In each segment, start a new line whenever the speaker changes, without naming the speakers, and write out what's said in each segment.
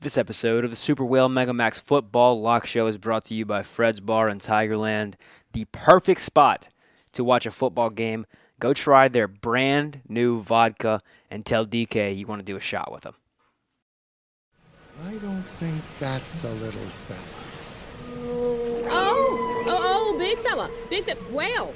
This episode of the Super Whale Mega Max Football Lock Show is brought to you by Fred's Bar in Tigerland, the perfect spot to watch a football game. Go try their brand new vodka and tell DK you want to do a shot with him.
I don't think that's a little fella.
Oh, oh, oh, big fella, big fe- whale.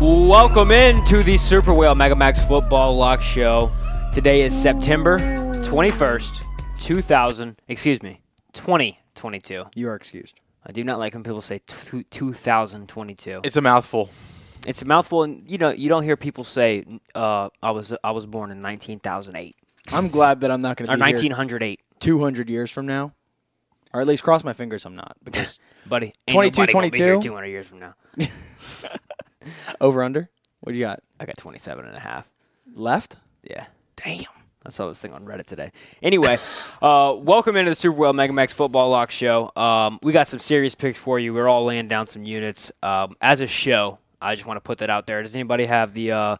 Welcome in to the Super Whale Mega Max Football Lock Show. Today is September 21st, 2000, excuse me, 2022.
You are excused.
I do not like when people say two, 2022.
It's a mouthful.
It's a mouthful, and you know you don't hear people say, uh, "I was I was born in 1908
I'm glad that I'm not going to
or
be 19-
1908,
200 years from now, or at least cross my fingers I'm not because
buddy." ain't
22,
nobody gonna be here
22?
200 years from now.
over under. What do you got?
I got 27 and a half.
Left?
Yeah. Damn. I saw this thing on Reddit today. Anyway, uh, welcome into the Super Bowl Mega Max Football Lock Show. Um, we got some serious picks for you. We're all laying down some units um, as a show. I just want to put that out there. Does anybody have the uh,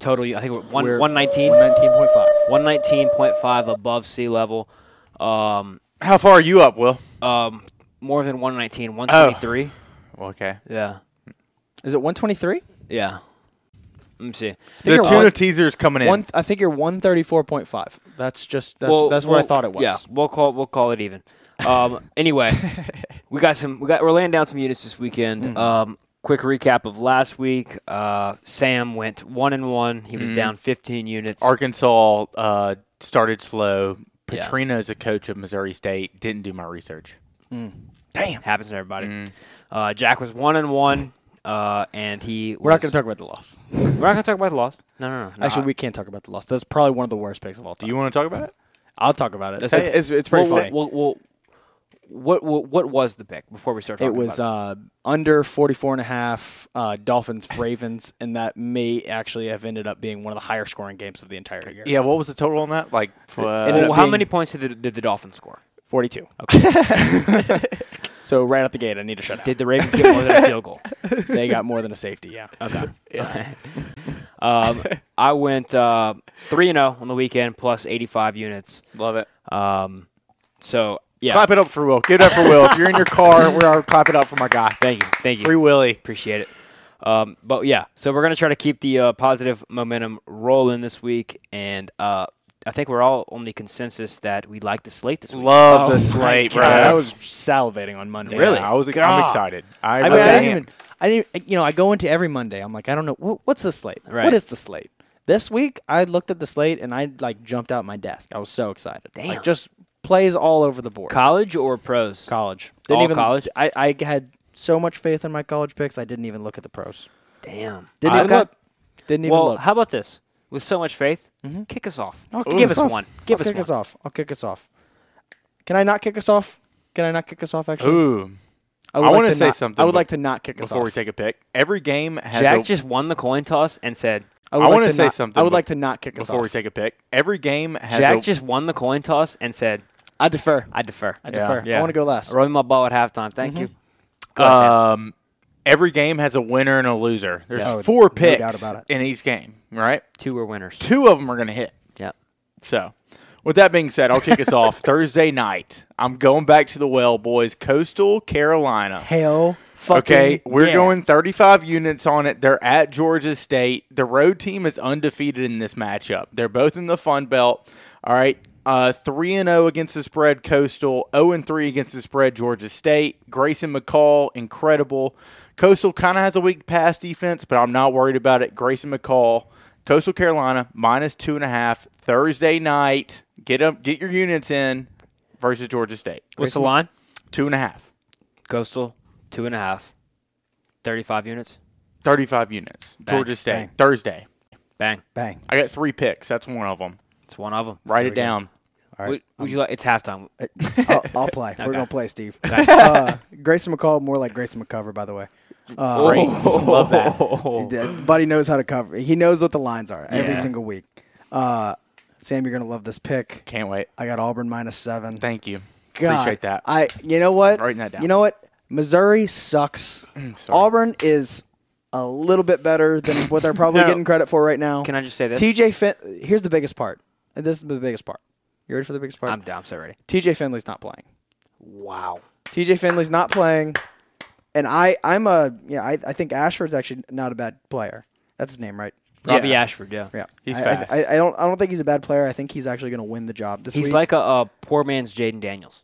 total? I think we're one
We're-
one nineteen.
19.5.
119.5 above sea level. Um,
How far are you up, Will?
um, more than 119,
Oh.
123.
Okay.
Yeah.
Is it 123?
Yeah. Let me see.
I
The
think,
tuna
you're, one,
teaser's coming in.
one, I think you're 134.5. That's just that's, that's what I thought it was.
Yeah, we'll call we'll call it even. Um, anyway, we got some. We got we're laying down some units this weekend.
Mm-hmm.
Um, quick recap of last week. Uh, Sam went one and one. He
Mm-hmm.
was down 15 units.
Arkansas uh, started slow.
Yeah.
Petrino is a coach of Missouri State. Didn't do my research.
Damn, happens to everybody.
Mm-hmm.
Uh, Jack was one and one. Uh, and he
We're not going to talk about the loss.
talk. We're not gonna talk about the loss. No, no, no. no.
Actually, we can't talk about the loss. That's probably one of the worst picks of all
Do
time.
you want to talk about it?
I'll talk about it. It's,
Say it.
it's, it's pretty
well,
funny.
well, well, what, what what was the pick before we start? Talking
It was
about
uh, under 44 and a half uh, Dolphins Ravens, and that may actually have ended up being one of the higher scoring games of the entire year.
Yeah. What was the total on that? Like, uh,
it?
ended
Well,
up
how
Uh, being-
many points did the, did the Dolphins score?
42. so right out the gate, I need a shutout.
Did the Ravens get more than a field goal?
they got more than a safety? Uh, Yeah.
Okay. um, I went uh, three and zero on the weekend, plus eighty five units.
love it.
Um, so yeah,
Clap it up for Will. Give it up for Will. if you're in your car, we're out. Clap it up for my guy.
thank you, thank you,
Free Willie.
appreciate it. Um, but yeah, so we're gonna try to keep the uh, positive momentum rolling this week, and uh, I think we're all on the consensus that we like the slate this week.
Love the slate, bro.
God, I was salivating on Monday.
Yeah,
Really?
I was. I'm
God.
excited. I,
I mean, I
really
didn't
am.
even. I didn't. You know, I go into every Monday. I'm like, I don't know what, what's the slate.
Right.
What is the slate? This week, I looked at the slate and I like jumped out my desk. I was so excited.
Damn.
Like just plays all over the board.
college or pros?
college.
All college?
I, I had so much faith in my college picks. I didn't even look at the pros.
Damn.
Didn't even
Okay.
look. Didn't even
Well,
look. Mm-hmm.
how about this? With so much faith, kick us off.
I'll kick
Give
us
us
off.
one. Give
I'll
us
kick
one.
us off. I'll kick us off. Can I not kick us off? Can I not kick us off? Actually,
Ooh.
would
I
like
wanna say
not-
something
I would
bef-
like to not kick us off
Before we take a pick, every game has.
Jack
a,
just won the coin toss and said,
would
I
like
wanna
to
say
not-
something
I would
bef-
like to not kick us
before
off.
we take a pick, every game has.
Jack
a,
just won the coin toss and said,
I defer.
I defer.
I defer. I want to go last.
Roll me my ball at halftime. Thank you. Uh, Go ahead, Sam.
Um, every game has a winner and a loser. There's
Yeah. Oh,
four
no
picks
doubt about it.
in each game, right?
Two were winners.
Two of them are going to hit.
Yep.
So, with that being said, I'll kick us off Thursday night. I'm going back to the well, boys. Coastal Carolina.
Hell fucking
Okay, we're
yeah.
going 35 units on it. They're at Georgia State. The road team is undefeated in this matchup. They're both in the Fun Belt. All right, uh, three and zero against the spread. Coastal zero and three against the spread. Georgia State. Grayson McCall, incredible. Coastal kind of has a weak pass defense, but I'm not worried about it. Grayson McCall, Coastal Carolina minus two and a half Thursday night. Get up, get your units in versus Georgia State.
What's the line?
Two and a half.
Coastal, two and a half. 35 units.
35 units. Georgia State. Thursday.
Bang.
Bang.
I got three picks. That's one of them.
It's one of them.
Write it down.
All
Would,
right.
would you like? It's halftime.
I'll, I'll play. We're going to play, Steve. uh, Grayson McCall, more like Grayson McCover, by the way. Uh,
Great.
Oh.
Love that.
he did- Buddy knows how to cover. He knows what the lines are every
Yeah.
single week. Uh, Sam, you're going to love this pick.
Can't wait.
I got Auburn minus seven.
Thank you.
God,
Appreciate that.
I you know what?
Writing that down.
You know what? Missouri sucks. Auburn is
a little bit better than what they're probably
No.
getting credit for right now.
Can I just say this?
TJ Fin- here's the biggest part. And This is the biggest part. You ready for the biggest part?
I'm down. I'm so ready.
TJ Finley's not playing.
Wow.
TJ Finley's not playing. And I, I'm a yeah. I, I think Ashford's actually not a bad player. That's his name, right?
Robbie
Yeah.
Ashford. Yeah.
Yeah,
He's
I, I-
fast.
I, I don't. I don't think he's a bad player. I think he's actually going to win the job this
He's
week.
like a, a poor man's Jaden Daniels.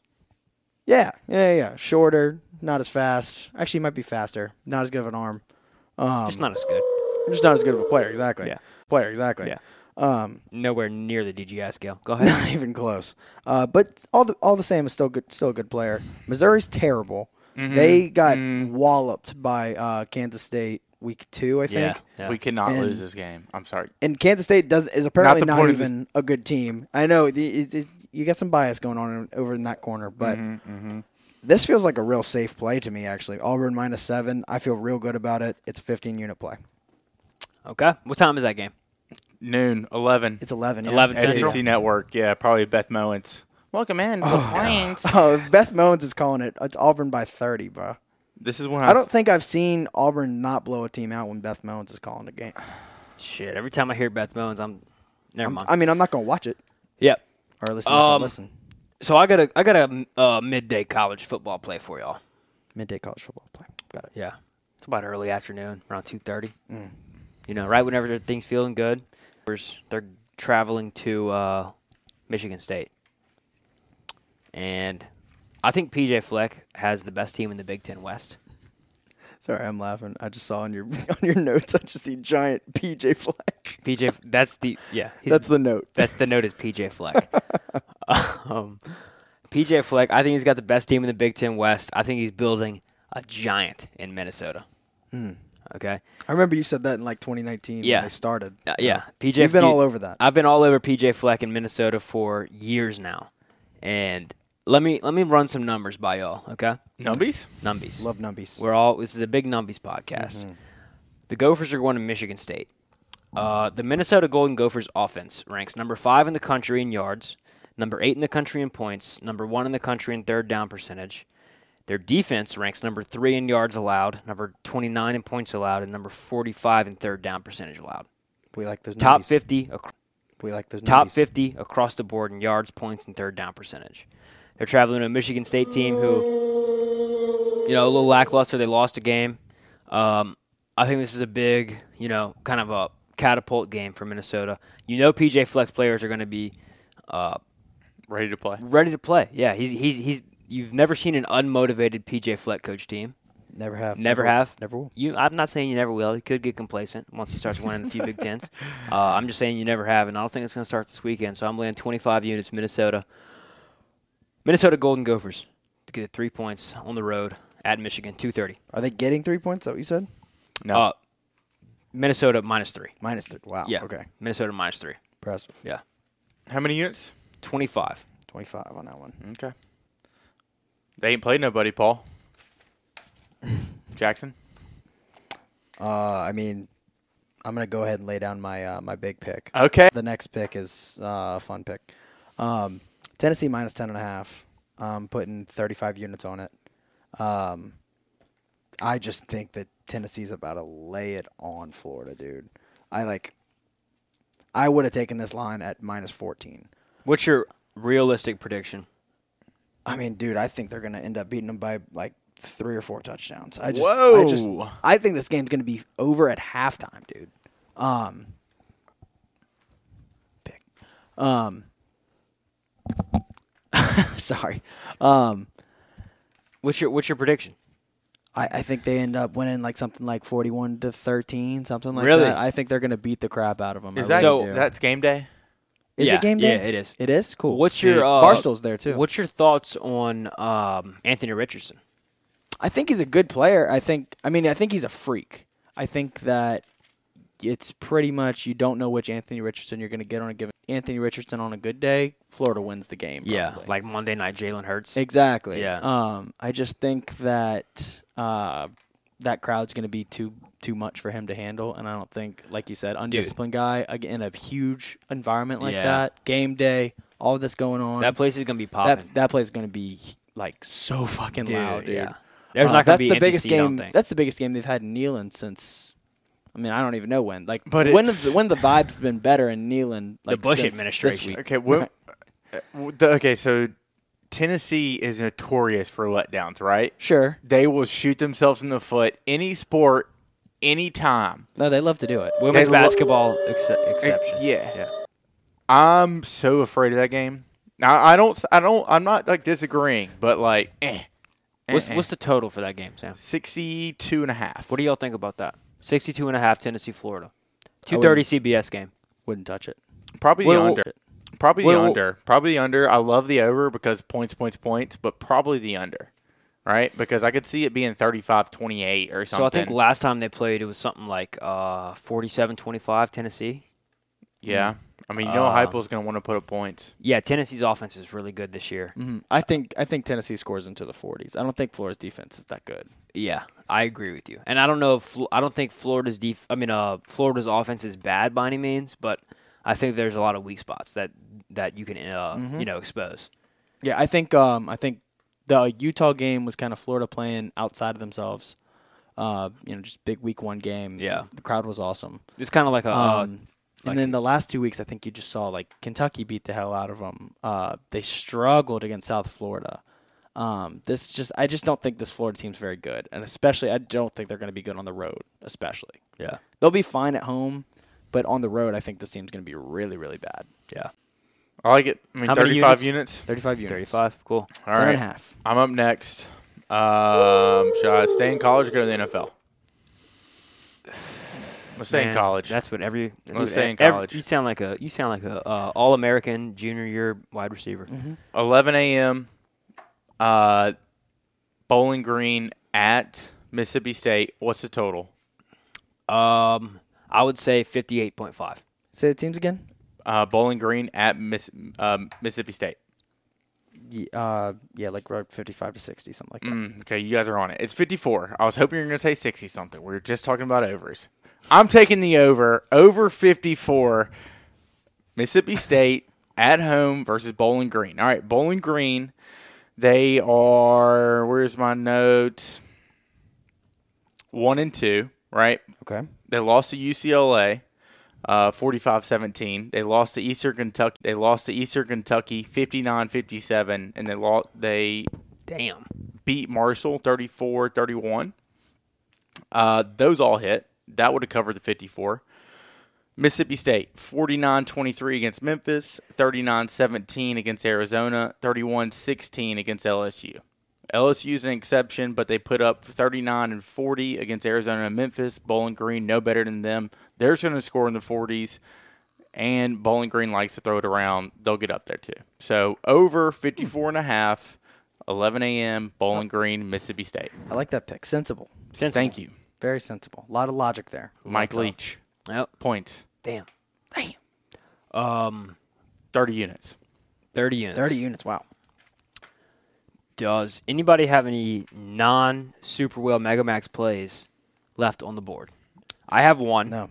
yeah, yeah, yeah. Shorter, not as fast. Actually, he might be faster. Not as good of an arm.
Just not as good.
Just not as good of a player. Exactly.
Yeah.
Player. Exactly.
Yeah. Nowhere near the DGI scale. Go
Not
ahead.
even close. Uh, but all the all the same, is still good. Still a good player. Missouri's terrible.
Mm-hmm.
They got walloped by uh, Kansas State week two, I
yeah.
think.
yeah.
We cannot
And-
lose this game. I'm sorry.
And Kansas State does is apparently
the
not,
point of this-
even a good team. I know the- it, it, you got some bias going on in- over in that corner, but
Mm-hmm,
this feels like a real safe play to me. Actually, Auburn minus seven. I feel real good about it. It's a 15 unit play.
Okay. What time is that game?
Noon, 11.
It's 11. yeah.
11 Central.
SEC E Network. Yeah, probably Beth Mowens. Welcome in.
Oh, Beth Moans is calling it. It's Auburn by 30, bro.
This is when
I don't think I've seen Auburn not blow a team out when Beth Moans is calling the game.
Shit. Every time I hear Beth Bones, I'm. Never mind.
I mean, I'm not going to watch it,
yeah.
or at least I'm not going
Um,
to listen.
So I got a I got a uh, midday college football play for y'all.
Midday college football play. Got it.
Yeah, it's about early afternoon, around two thirty.
Mm.
You know, right whenever everything's feeling good, there's- they're traveling to uh, Michigan State, and I think PJ Fleck has the best team in the Big Ten West.
Sorry, I'm laughing. I just saw on your on your notes. I just see giant PJ Fleck.
PJ, F- that's the yeah, he's-
That's the note.
That's the note is PJ Fleck. um, PJ Fleck, I think he's got the best team in the Big Ten West. I think he's building a giant in Minnesota.
Hmm.
Okay.
I remember you said that in like 2019
Yeah.
when they started.
Uh, yeah, PJ.
You've been
you-
all over that.
I've been all over PJ Fleck in Minnesota for years now, and let me let me run some numbers by y'all. Okay,
Numbies?
numbies.
Love numbies.
We're all this is a big numbies podcast. The Gophers are going to Michigan State. Uh, the Minnesota Golden Gophers offense ranks number five in the country in yards, number eight in the country in points, number one in the country in third down percentage. Their defense ranks number three in yards allowed, number 29 in points allowed, and number 45 in third down percentage allowed.
We like those
Top
numbies.
50 ac-
We like those
top
numbies.
50 across the board in yards, points, and third down percentage. They're traveling to a Michigan State team who, you know, a little lackluster. They lost a game. Um, I think this is a big, you know, kind of a catapult game for Minnesota. You know, PJ Flex players are going to be
Ready to play.
ready to play. Yeah, he's he's he's. You've never seen an unmotivated PJ Fleck coach team.
Never have.
Never, have.
Never will.
You, I'm not saying you never will. He could get complacent once he starts winning a few Big Tens. Uh, I'm just saying you never have, and I don't think it's going to start this weekend. So I'm laying 25 units, Minnesota. Minnesota Golden Gophers to get three points on the road at Michigan, 2:30.
Are they getting three points? Is that what you said?
No.
Uh, Minnesota minus three.
Minus three. Wow.
Yeah.
Okay.
Minnesota minus three.
Impressive.
Yeah.
How many units?
25.
25 on that one.
Okay. They ain't played nobody, Paul. Jackson?
Uh, I mean, I'm gonna go ahead and lay down my uh, my big pick.
Okay.
The next pick is uh, a fun pick. Um, Tennessee minus ten and a half. I'm putting 35 units on it. Um, I just think that Tennessee's about to lay it on Florida, dude. I like. I would have taken this line at minus 14.
What's your realistic prediction?
I mean, dude, I think they're gonna end up beating them by like three or four touchdowns. I just, I just,
Whoa.
I think this game's gonna be over at halftime, dude. Um, pick. Um, sorry. Um,
What's your What's your prediction?
I, I think they end up winning like something like forty-one to thirteen, something like
Really?
that. I think they're gonna beat the crap out of them.
Is
I
that
really
So-
do.
that's game day?
is
Yeah,
it game day?
yeah, it is.
It is cool.
What's your uh,
Barstool's there too?
What's your thoughts on um, Anthony Richardson?
I think he's a good player. I think I mean I think he's a freak. I think that it's pretty much you don't know which Anthony Richardson you're going to get on a given Anthony Richardson on a good day, Florida wins the game.
Yeah,
probably.
like Monday night, Jalen Hurts.
exactly.
Yeah.
Um, I just think that uh, that crowd's going to be too too much for him to handle, and I don't think, like you said, undisciplined guy ag- in a huge environment like
Yeah.
that, game day, all this going on.
That place is gonna be popping.
that that play's going to be like so fucking
Dude,
loud, dude.
yeah. There's
Uh,
not gonna
that's
be
the
empty
biggest
seat, I don't
game.
think.
That's the biggest game they've had in Neyland since
I mean, I don't even know when. Like,
But
when
it-
have the, when the vibe's been better in Neyland? Like,
Bush
since this
administration.
week?
Okay, well, uh, w- the, okay, so Tennessee is notorious for letdowns, right?
Sure.
They will shoot themselves in the foot any sport, any time.
No, they love to do it.
Women's
They lo-
basketball ex-
Eh,
exception.
yeah.
yeah.
I'm so afraid of that game. Now I don't, I don't, I'm not like disagreeing, but like eh,
What's, what's the total for that game, Sam?
62 and a half.
What do y'all think about that? 62 and a half Tennessee, Florida. 230 CBS game.
Wouldn't touch it.
Probably
Wait,
the
wait,
under. Probably
wait,
the
wait.
under. Probably the under. I love the over because points, points, points, but probably the under, right? Because I could see it being 35 28 or something.
So I think last time they played, it was something like uh, 47-25 Tennessee.
yeah. I mean, you know,
Uh,
Heupel's going to want to put up points.
Yeah, Tennessee's offense is really good this year.
Mm-hmm. I think I think Tennessee scores into the 40s. I don't think Florida's defense is that good.
Yeah, I agree with you. And I don't know if Flo- I don't think Florida's def- I mean, uh, Florida's offense is bad by any means, but I think there's a lot of weak spots that that you can uh,
Mm-hmm.
you know expose.
Yeah, I think um, I think the Utah game was kind of Florida playing outside of themselves. Uh, you know, just big week one game.
Yeah.
the crowd was awesome.
It's kind of like a uh,
Um, and then the last two weeks, I think you just saw like Kentucky beat the hell out of them. Uh, they struggled against South Florida. Um, this just I just don't think this Florida team's very good, and especially I don't think they're going to be good on the road. Especially
yeah,
they'll be fine at home, but on the road, I think this team's going to be really really bad.
yeah.
I like it. I mean,
How many
35
units?
units?
Thirty-five units.
35, cool.
All
Ten
right.
and a half.
I'm up next. Um, should I stay in college or go to the NFL? Let's stay in
Man,
college.
That's what every. That's
Let's
what
say in
e- every-
college.
you sound like a you sound like a uh, all American junior year wide receiver.
Mm-hmm. 11 a.m. Uh, Bowling Green at Mississippi State. What's the total?
Um, I would say fifty eight point five.
Say the teams again.
Uh, Bowling Green at Miss, um, Mississippi State.
Ye- uh, yeah, like right, 55 to 60, something like that.
Mm, okay, you guys are on it. It's 54. I was hoping you were going to say 60 something. We were just talking about overs. I'm taking the over. Over 54. Mississippi State at home versus Bowling Green. All right, Bowling Green. They are. Where's my notes? One and two, right?
Okay.
They lost to UCLA, uh, 45-17. They lost to Eastern Kentucky. They lost to Eastern Kentucky, 59-57, and they lost. They
Damn.
beat Marshall 34 31. Uh, those all hit. That would have covered the 54. Mississippi State 49 23 against Memphis, 39 17 against Arizona, 31 16 against LSU. LSU is an exception, but they put up 39 and 40 against Arizona and Memphis. Bowling Green, no better than them. They're going to score in the 40s, and Bowling Green likes to throw it around. They'll get up there too. So over 54 and a half, 11 a.m. Bowling Green, Mississippi State.
I like that pick. Sensible.
Sensible.
Thank you,
Very sensible. A lot of logic there.
Mike Leach.
Yep.
Points,
Damn. Um,
30 units.
Thirty units.
30 units. Wow.
Does anybody have any non Super Whale Megamax plays left on the board? I have one.
No.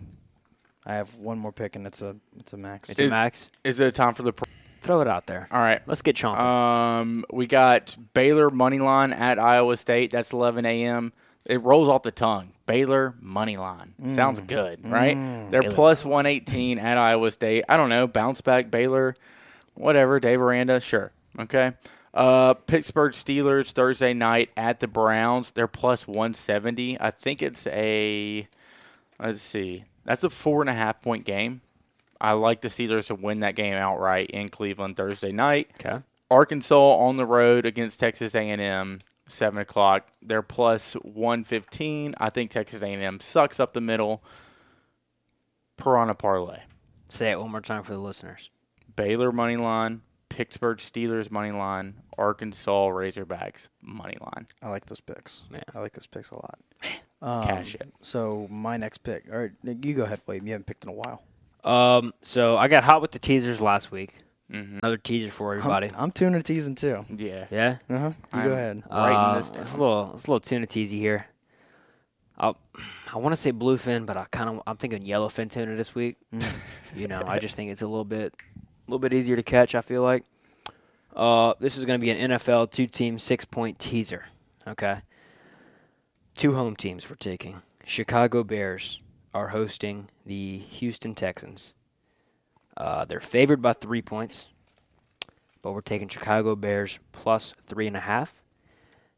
I have one more pick, and it's a it's a max.
It's a
Is-
max.
Is it time for the? Pro-
Throw it out there.
All right.
Let's get chomping.
Um, we got Baylor money line at Iowa State. That's 11 a.m. It rolls off the tongue. Baylor money line sounds good, right? They're plus 118 at Iowa State. I don't know. Bounce back Baylor, whatever. Dave Aranda, sure. Okay. Uh, Pittsburgh Steelers Thursday night at the Browns. They're plus 170. I think it's a. Let's see. That's a four and a half point game. I like the Steelers to win that game outright in Cleveland Thursday night.
Okay.
Arkansas on the road against Texas A&M, seven o'clock. They're plus one fifteen. I think Texas A&M sucks up the middle. Piranha parlay.
Say it one more time for the listeners.
Baylor money line, Pittsburgh Steelers money line, Arkansas Razorbacks money line.
I like those picks.
Yeah.
I like those picks a lot. Um,
Cash it.
So my next pick. All right, Nick, you go ahead, William. You haven't picked in a while.
Um, so I got hot with the teasers last week.
Mm-hmm.
Another teaser for everybody.
I'm tuning to season two.
Yeah.
yeah.
Uh huh. You
I'm-
go ahead.
Writing
Uh,
this down.
It's a little, it's a little tuna teasy here. I'll, I want to say bluefin, but I kind of, I'm thinking yellowfin tuna this week.
Mm.
you know, I just think it's a little bit, a little bit easier to catch. I feel like. Uh, this is going to be an NFL two-team six-point teaser. Okay. Two home teams we're taking: Chicago Bears are hosting the Houston Texans. Uh, they're favored by three points, but we're taking Chicago Bears plus three and a half.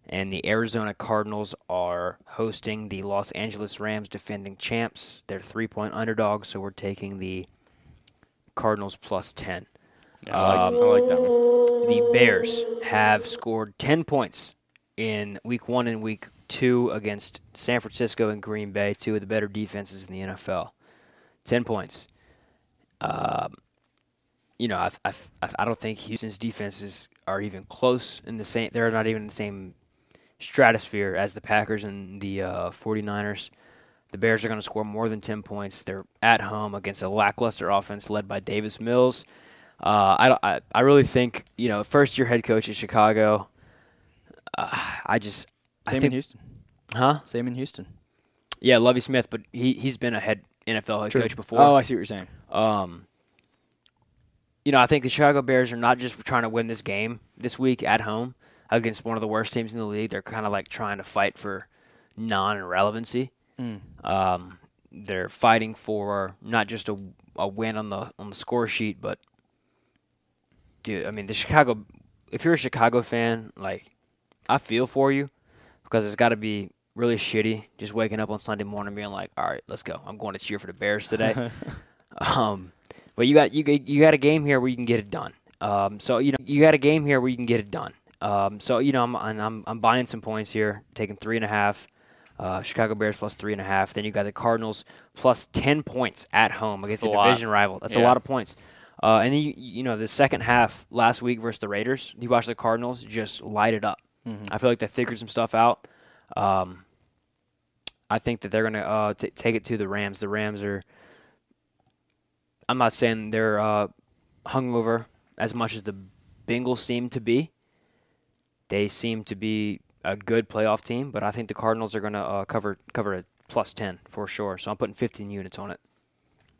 And the Arizona Cardinals are hosting the Los Angeles Rams, defending champs. They're three point underdogs, so we're taking the Cardinals plus 10.
I, like, I like that one.
The Bears have scored 10 points in week one and week two against San Francisco and Green Bay, two of the better defenses in the NFL. 10 points. Um, you know, I, I, I I don't think Houston's defenses are even close in the same, they're not even in the same stratosphere as the Packers and the uh, 49ers. The Bears are going to score more than 10 points. They're at home against a lackluster offense led by Davis Mills. Uh, I, don't- I, I really think, you know, first year head coach at Chicago, uh, I just. I
Same in
think-
Houston.
Huh?
Same in Houston.
Yeah, Lovey Smith, but he, he's been a head NFL head coach before.
Oh, I see what you're saying.
Um, you know, I think the Chicago Bears are not just trying to win this game this week at home against one of the worst teams in the league. They're kind of like trying to fight for non-relevancy.
Mm.
Um, they're fighting for not just a, a win on the on the score sheet, but dude, I mean, the Chicago. If you're a Chicago fan, like I feel for you because it's got to be really shitty just waking up on Sunday morning being like, all right, let's go. I'm going to cheer for the Bears today. um, but you got you got- you got a game here where you can get it done. Um, so you know you got a game here where you can get it done. Um, so you know I'm I'm I'm- I'm buying some points here, taking three and a half. Uh, Chicago Bears plus three and a half. Then you got the Cardinals plus ten points at home against
That's
the
a lot.
division rival. That's a
Yeah.
lot of points. Uh, and then you, you know the second half last week versus the Raiders, you watched the Cardinals just light it up. I feel like they figured some stuff out. Um, I think that they're going to uh, t- take it to the Rams. The Rams are. I'm not saying they're uh, hungover as much as the Bengals seem to be. They seem to be a good playoff team, but I think the Cardinals are going to uh, cover cover a plus ten for sure. So I'm putting 15 units on it.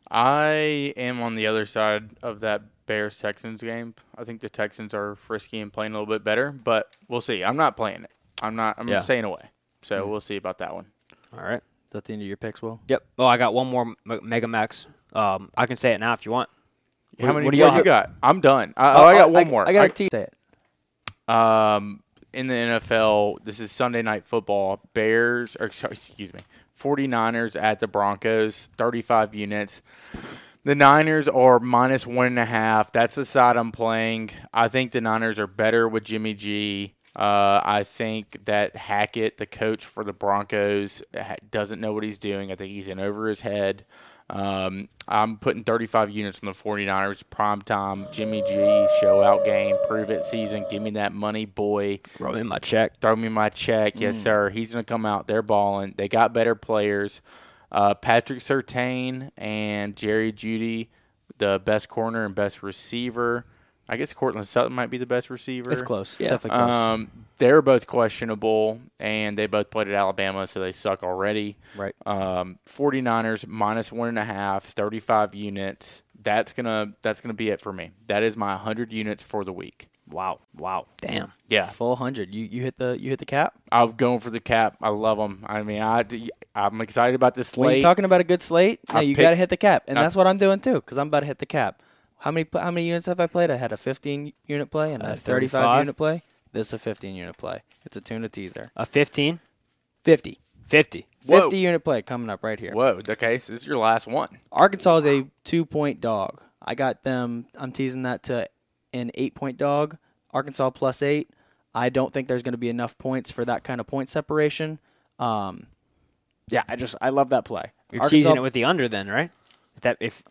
I am on the other side of that Bears Texans game. I think the Texans are frisky and playing a little bit better, but we'll see. I'm not playing it. I'm not. I'm
Yeah.
staying away. So we'll see about that one.
All right.
Is that the end of your picks, Will?
Yep. Oh, I got one more M- Mega Max. Um, I can say it now if you want.
How many?
what
What
do
do
y'all
you
have?
got? I'm done. I, oh, I got one more.
I got a T. Say it.
Um, in the NFL, this is Sunday night football. Bears, or sorry, excuse me, 49ers at the Broncos, 35 units. The Niners are minus one and a half. That's the side I'm playing. I think the Niners are better with Jimmy G. Uh, I think that Hackett, the coach for the Broncos, ha- doesn't know what he's doing. I think he's in over his head. Um, I'm putting 35 units on the 49ers. Prime time, Jimmy G, show out game, prove it season. Give me that money, boy.
Throw in my check.
Throw me my check. Yes,
Mm.
sir. He's going to come out. They're balling. They got better players. Uh, Patrick Sertain and Jerry Judy, the best corner and best receiver. I guess Cortland Sutton might be the best receiver.
It's close. It's
Yeah.
definitely close.
Um, they're both questionable, and they both played at Alabama, so they suck already.
Right.
Um, 49ers minus one and a half, 35 units. That's gonna that's gonna be it for me. That is my 100 units for the week.
wow. Wow.
Oh, Damn.
Yeah,
Full hundred. You you hit the you hit the cap.
I'm going for the cap. I love them. I mean, I I'm excited about this
When
slate.
you're talking about a good slate, no,
I
you
pick-
got to hit the cap, and
I-
that's what I'm doing too, because I'm about to hit the cap. How many pl- how many units have I played? I had a 15 unit play and
Uh,
a 35,
35.
unit play. This is a 15 unit play. It's a tuna teaser.
A 15,
50.
50.
Whoa.
50 unit play coming up right here.
Whoa. Okay, so this is your last one.
Arkansas is a two point dog. I got them. I'm teasing that to an eight point dog. Arkansas plus eight. I don't think there's going to be enough points for that kind of point separation. Um, yeah, I just I love that play.
You're
Arkansas-
teasing it with the under then, right? If that if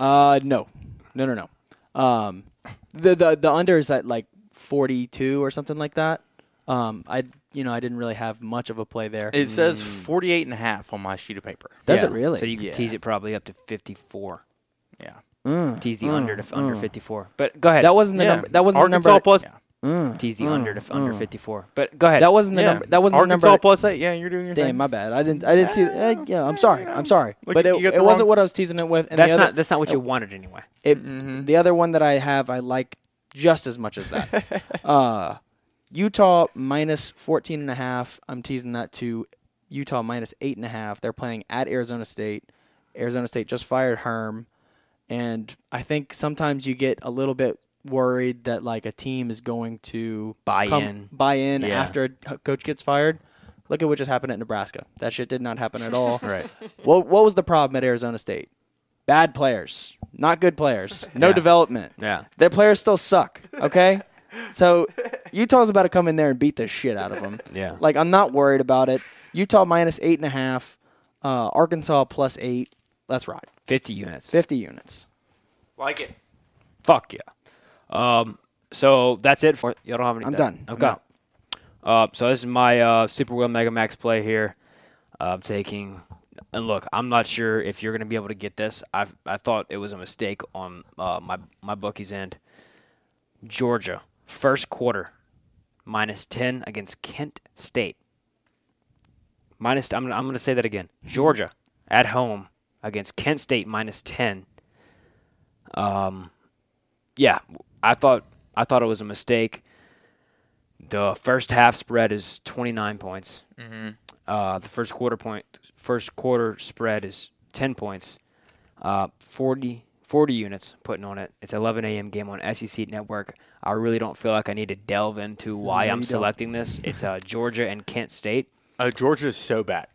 Uh, no, no, no, no. Um, the the the under is at like forty two or something like that. Um, I you know I didn't really have much of a play there.
It says
Hmm.
48 and a half on my sheet of paper.
Does
Yeah.
it really?
So you can
Yeah.
tease it probably up to 54.
Yeah.
Tease the under to f- under 54. But go ahead.
Uh, that wasn't the
yeah.
number. That wasn't
Arkansas
the number.
plus.
tease the under to f- under 54. But go ahead.
uh. that wasn't the
yeah.
number. That wasn't the
Arkansas
number.
plus eight. Yeah, you're doing your
Damn,
thing.
my bad. I didn't. I didn't see. Uh, yeah, I'm sorry. I'm sorry.
Look,
but
you
it,
got the
it wasn't
wrong-
what I was teasing it with. And
that's
the other,
not that's not what you wanted anyway.
It,
Mm-hmm.
The other one that I have, I like just as much as that. uh, Utah minus 14 and a half. I'm teasing that to
Utah minus eight and a half. They're playing at Arizona State. Arizona State just fired Herm, and I think sometimes you get a little bit worried that like a team is going to
Buy in.
buy in
Yeah.
after a coach gets fired. Look at what just happened at Nebraska. That shit did not happen at all. right. What What was the problem at Arizona State? Bad players, not good players, no
Yeah.
development.
Yeah.
Their players still suck. Okay. so Utah's about to come in there and beat the shit out of them.
Yeah.
Like I'm not worried about it. Utah minus eight and a half. Uh, Arkansas plus eight. Let's ride.
50 units.
Fifty units.
Like it.
Fuck yeah. Um, so that's it for y'all. Don't have any.
I'm done. I'm
Okay.
out.
uh, so this is my uh, Super Will Mega Max play here. Uh, I'm taking. And look, I'm not sure if you're going to be able to get this. I I thought it was a mistake on uh, my my bookie's end. Georgia first quarter minus ten against Kent State. Minus I'm I'm going to say that again. Georgia at home against Kent State minus ten. Um, yeah, I thought I thought it was a mistake. The first half spread is 29 points.
Mm-hmm.
Uh, the first quarter point, first quarter spread is 10 points. Uh, 40, 40 units putting on it. It's 11 a.m. game on SEC Network. I really don't feel like I need to delve into why
you
I'm
don't.
selecting this. It's uh, Georgia and Kent State.
Uh, Georgia's so bad.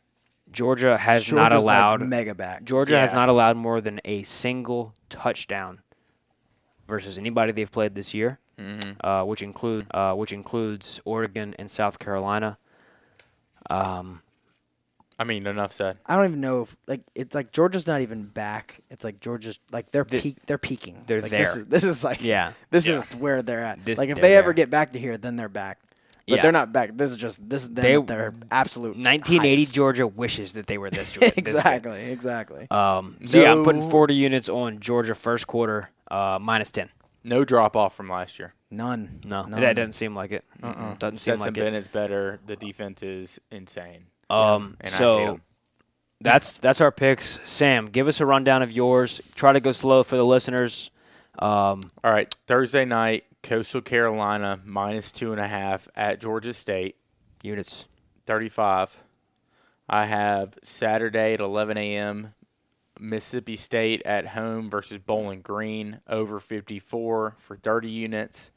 Georgia has not
Georgia's, like,
allowed
mega back.
Georgia has
Yeah.
not allowed more than a single touchdown versus anybody they've played this year,
Mm-hmm.
uh, which include uh, which includes Oregon and South Carolina.
I mean, enough said.
I don't even know if like it's like Georgia's not even back. It's like Georgia's like they're
The-
peak they're peaking.
they're
like, This
there.
is, this is like
Yeah.
This
Yeah.
is where they're at.
This-
like if
they're
they ever
there.
get back to here, then they're back. But
Yeah.
they're not back. This is just this is them
They-
at their absolute
1980
heights.
Georgia wishes that they were this this good.
exactly. Exactly.
Um, so yeah, I'm putting
No.
40 units on Georgia first quarter uh, minus 10.
No drop off from last year.
None.
No,
None.
that doesn't seem like it.
Uh-uh.
Doesn't seem
Stetson
like it.
Bennett's better. The defense is insane.
Um,
And I hate
so
'em.
that's that's our picks. Sam, give us a rundown of yours. Try to go slow for the listeners. Um,
All right, Thursday night, Coastal Carolina minus two and a half at Georgia State,
units.
thirty-five. I have Saturday at eleven a.m. Mississippi State at home versus Bowling Green over fifty-four for thirty units,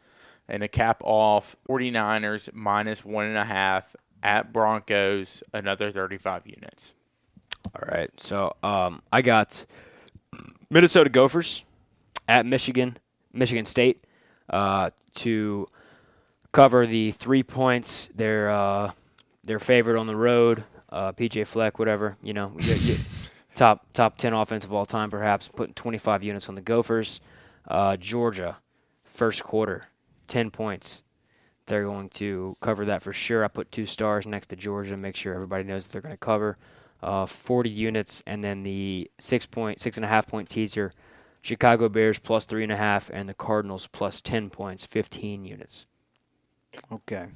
and a cap off 49ers minus one and a half at Broncos, another thirty-five units.
All right. So um, I got Minnesota Gophers at Michigan, Michigan State, uh, to cover the three points. They're uh, they're favored on the road. Uh, PJ Fleck, whatever you know, you- you- top top ten offense of all time, perhaps putting 25 units on the Gophers. Uh, Georgia, first quarter, 10 points. They're going to cover that for sure. I put two stars next to Georgia, make sure everybody knows that they're going to cover uh, 40 units, and then the six point, six and a half point teaser. Chicago Bears plus three and a half, and the Cardinals plus 10 points, 15 units.
Okay.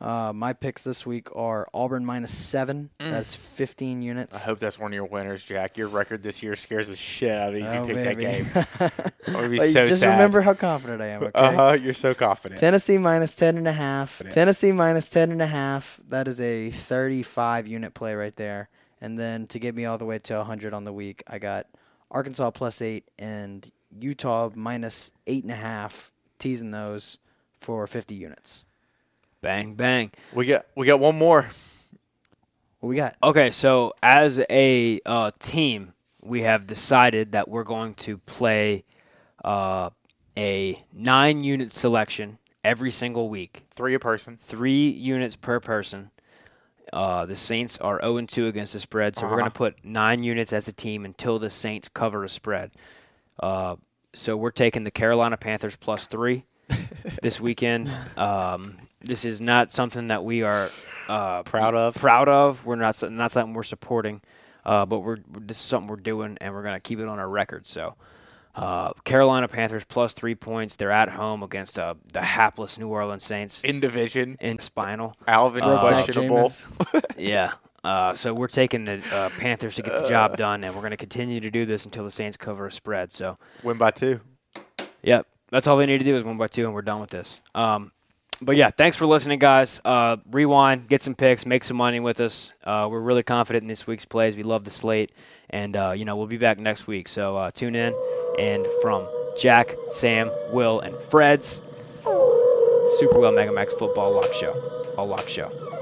Uh, my picks this week are Auburn minus seven.
Mm.
That's 15 units.
I hope that's one of your winners, Jack. Your record this year scares the shit out of you if
Oh,
you pick
baby.
that game. I would be
Like,
so
just
sad.
remember how confident I am.
Uh-huh.
Okay.
Uh huh. You're so confident.
Tennessee minus 10 and a half. Tennessee minus 10 and a half. That is a 35 unit play right there. And then to get me all the way to 100 on the week, I got Arkansas plus eight and Utah minus eight and a half, teasing those for 50 units.
Bang, bang.
We got we got one more.
What we got?
Okay, so as a uh, team, we have decided that we're going to play uh, a nine unit selection every single week.
Three a person.
three units per person. Uh, the Saints are 0 2 against the spread, so we're
Uh-huh.
going to put nine units as a team until the Saints cover a spread. Uh, so we're taking the Carolina Panthers plus three this weekend. Um, this is not something that we are uh,
Proud of.
Proud of. We're not not something we're supporting, uh, but we're this is something we're doing, and we're going to keep it on our record. So. Uh, Carolina Panthers plus three points. They're at home against uh, the hapless New Orleans Saints
In division.
in spinal.
Alvin questionable.
yeah. Uh, so we're taking the uh, Panthers to get the job done, and we're going to continue to do this until the Saints cover a spread. So,
Win by two.
yep, that's all they need to do is one by two, and we're done with this. Um, but yeah, thanks for listening, guys. Uh, rewind, get some picks, make some money with us. Uh, we're really confident in this week's plays. We love the slate, and uh, you know we'll be back next week. So uh, tune in. And from Jack, Sam, Will, and Fred's Super Will Mega Max Football Lock Show, all Lock Show.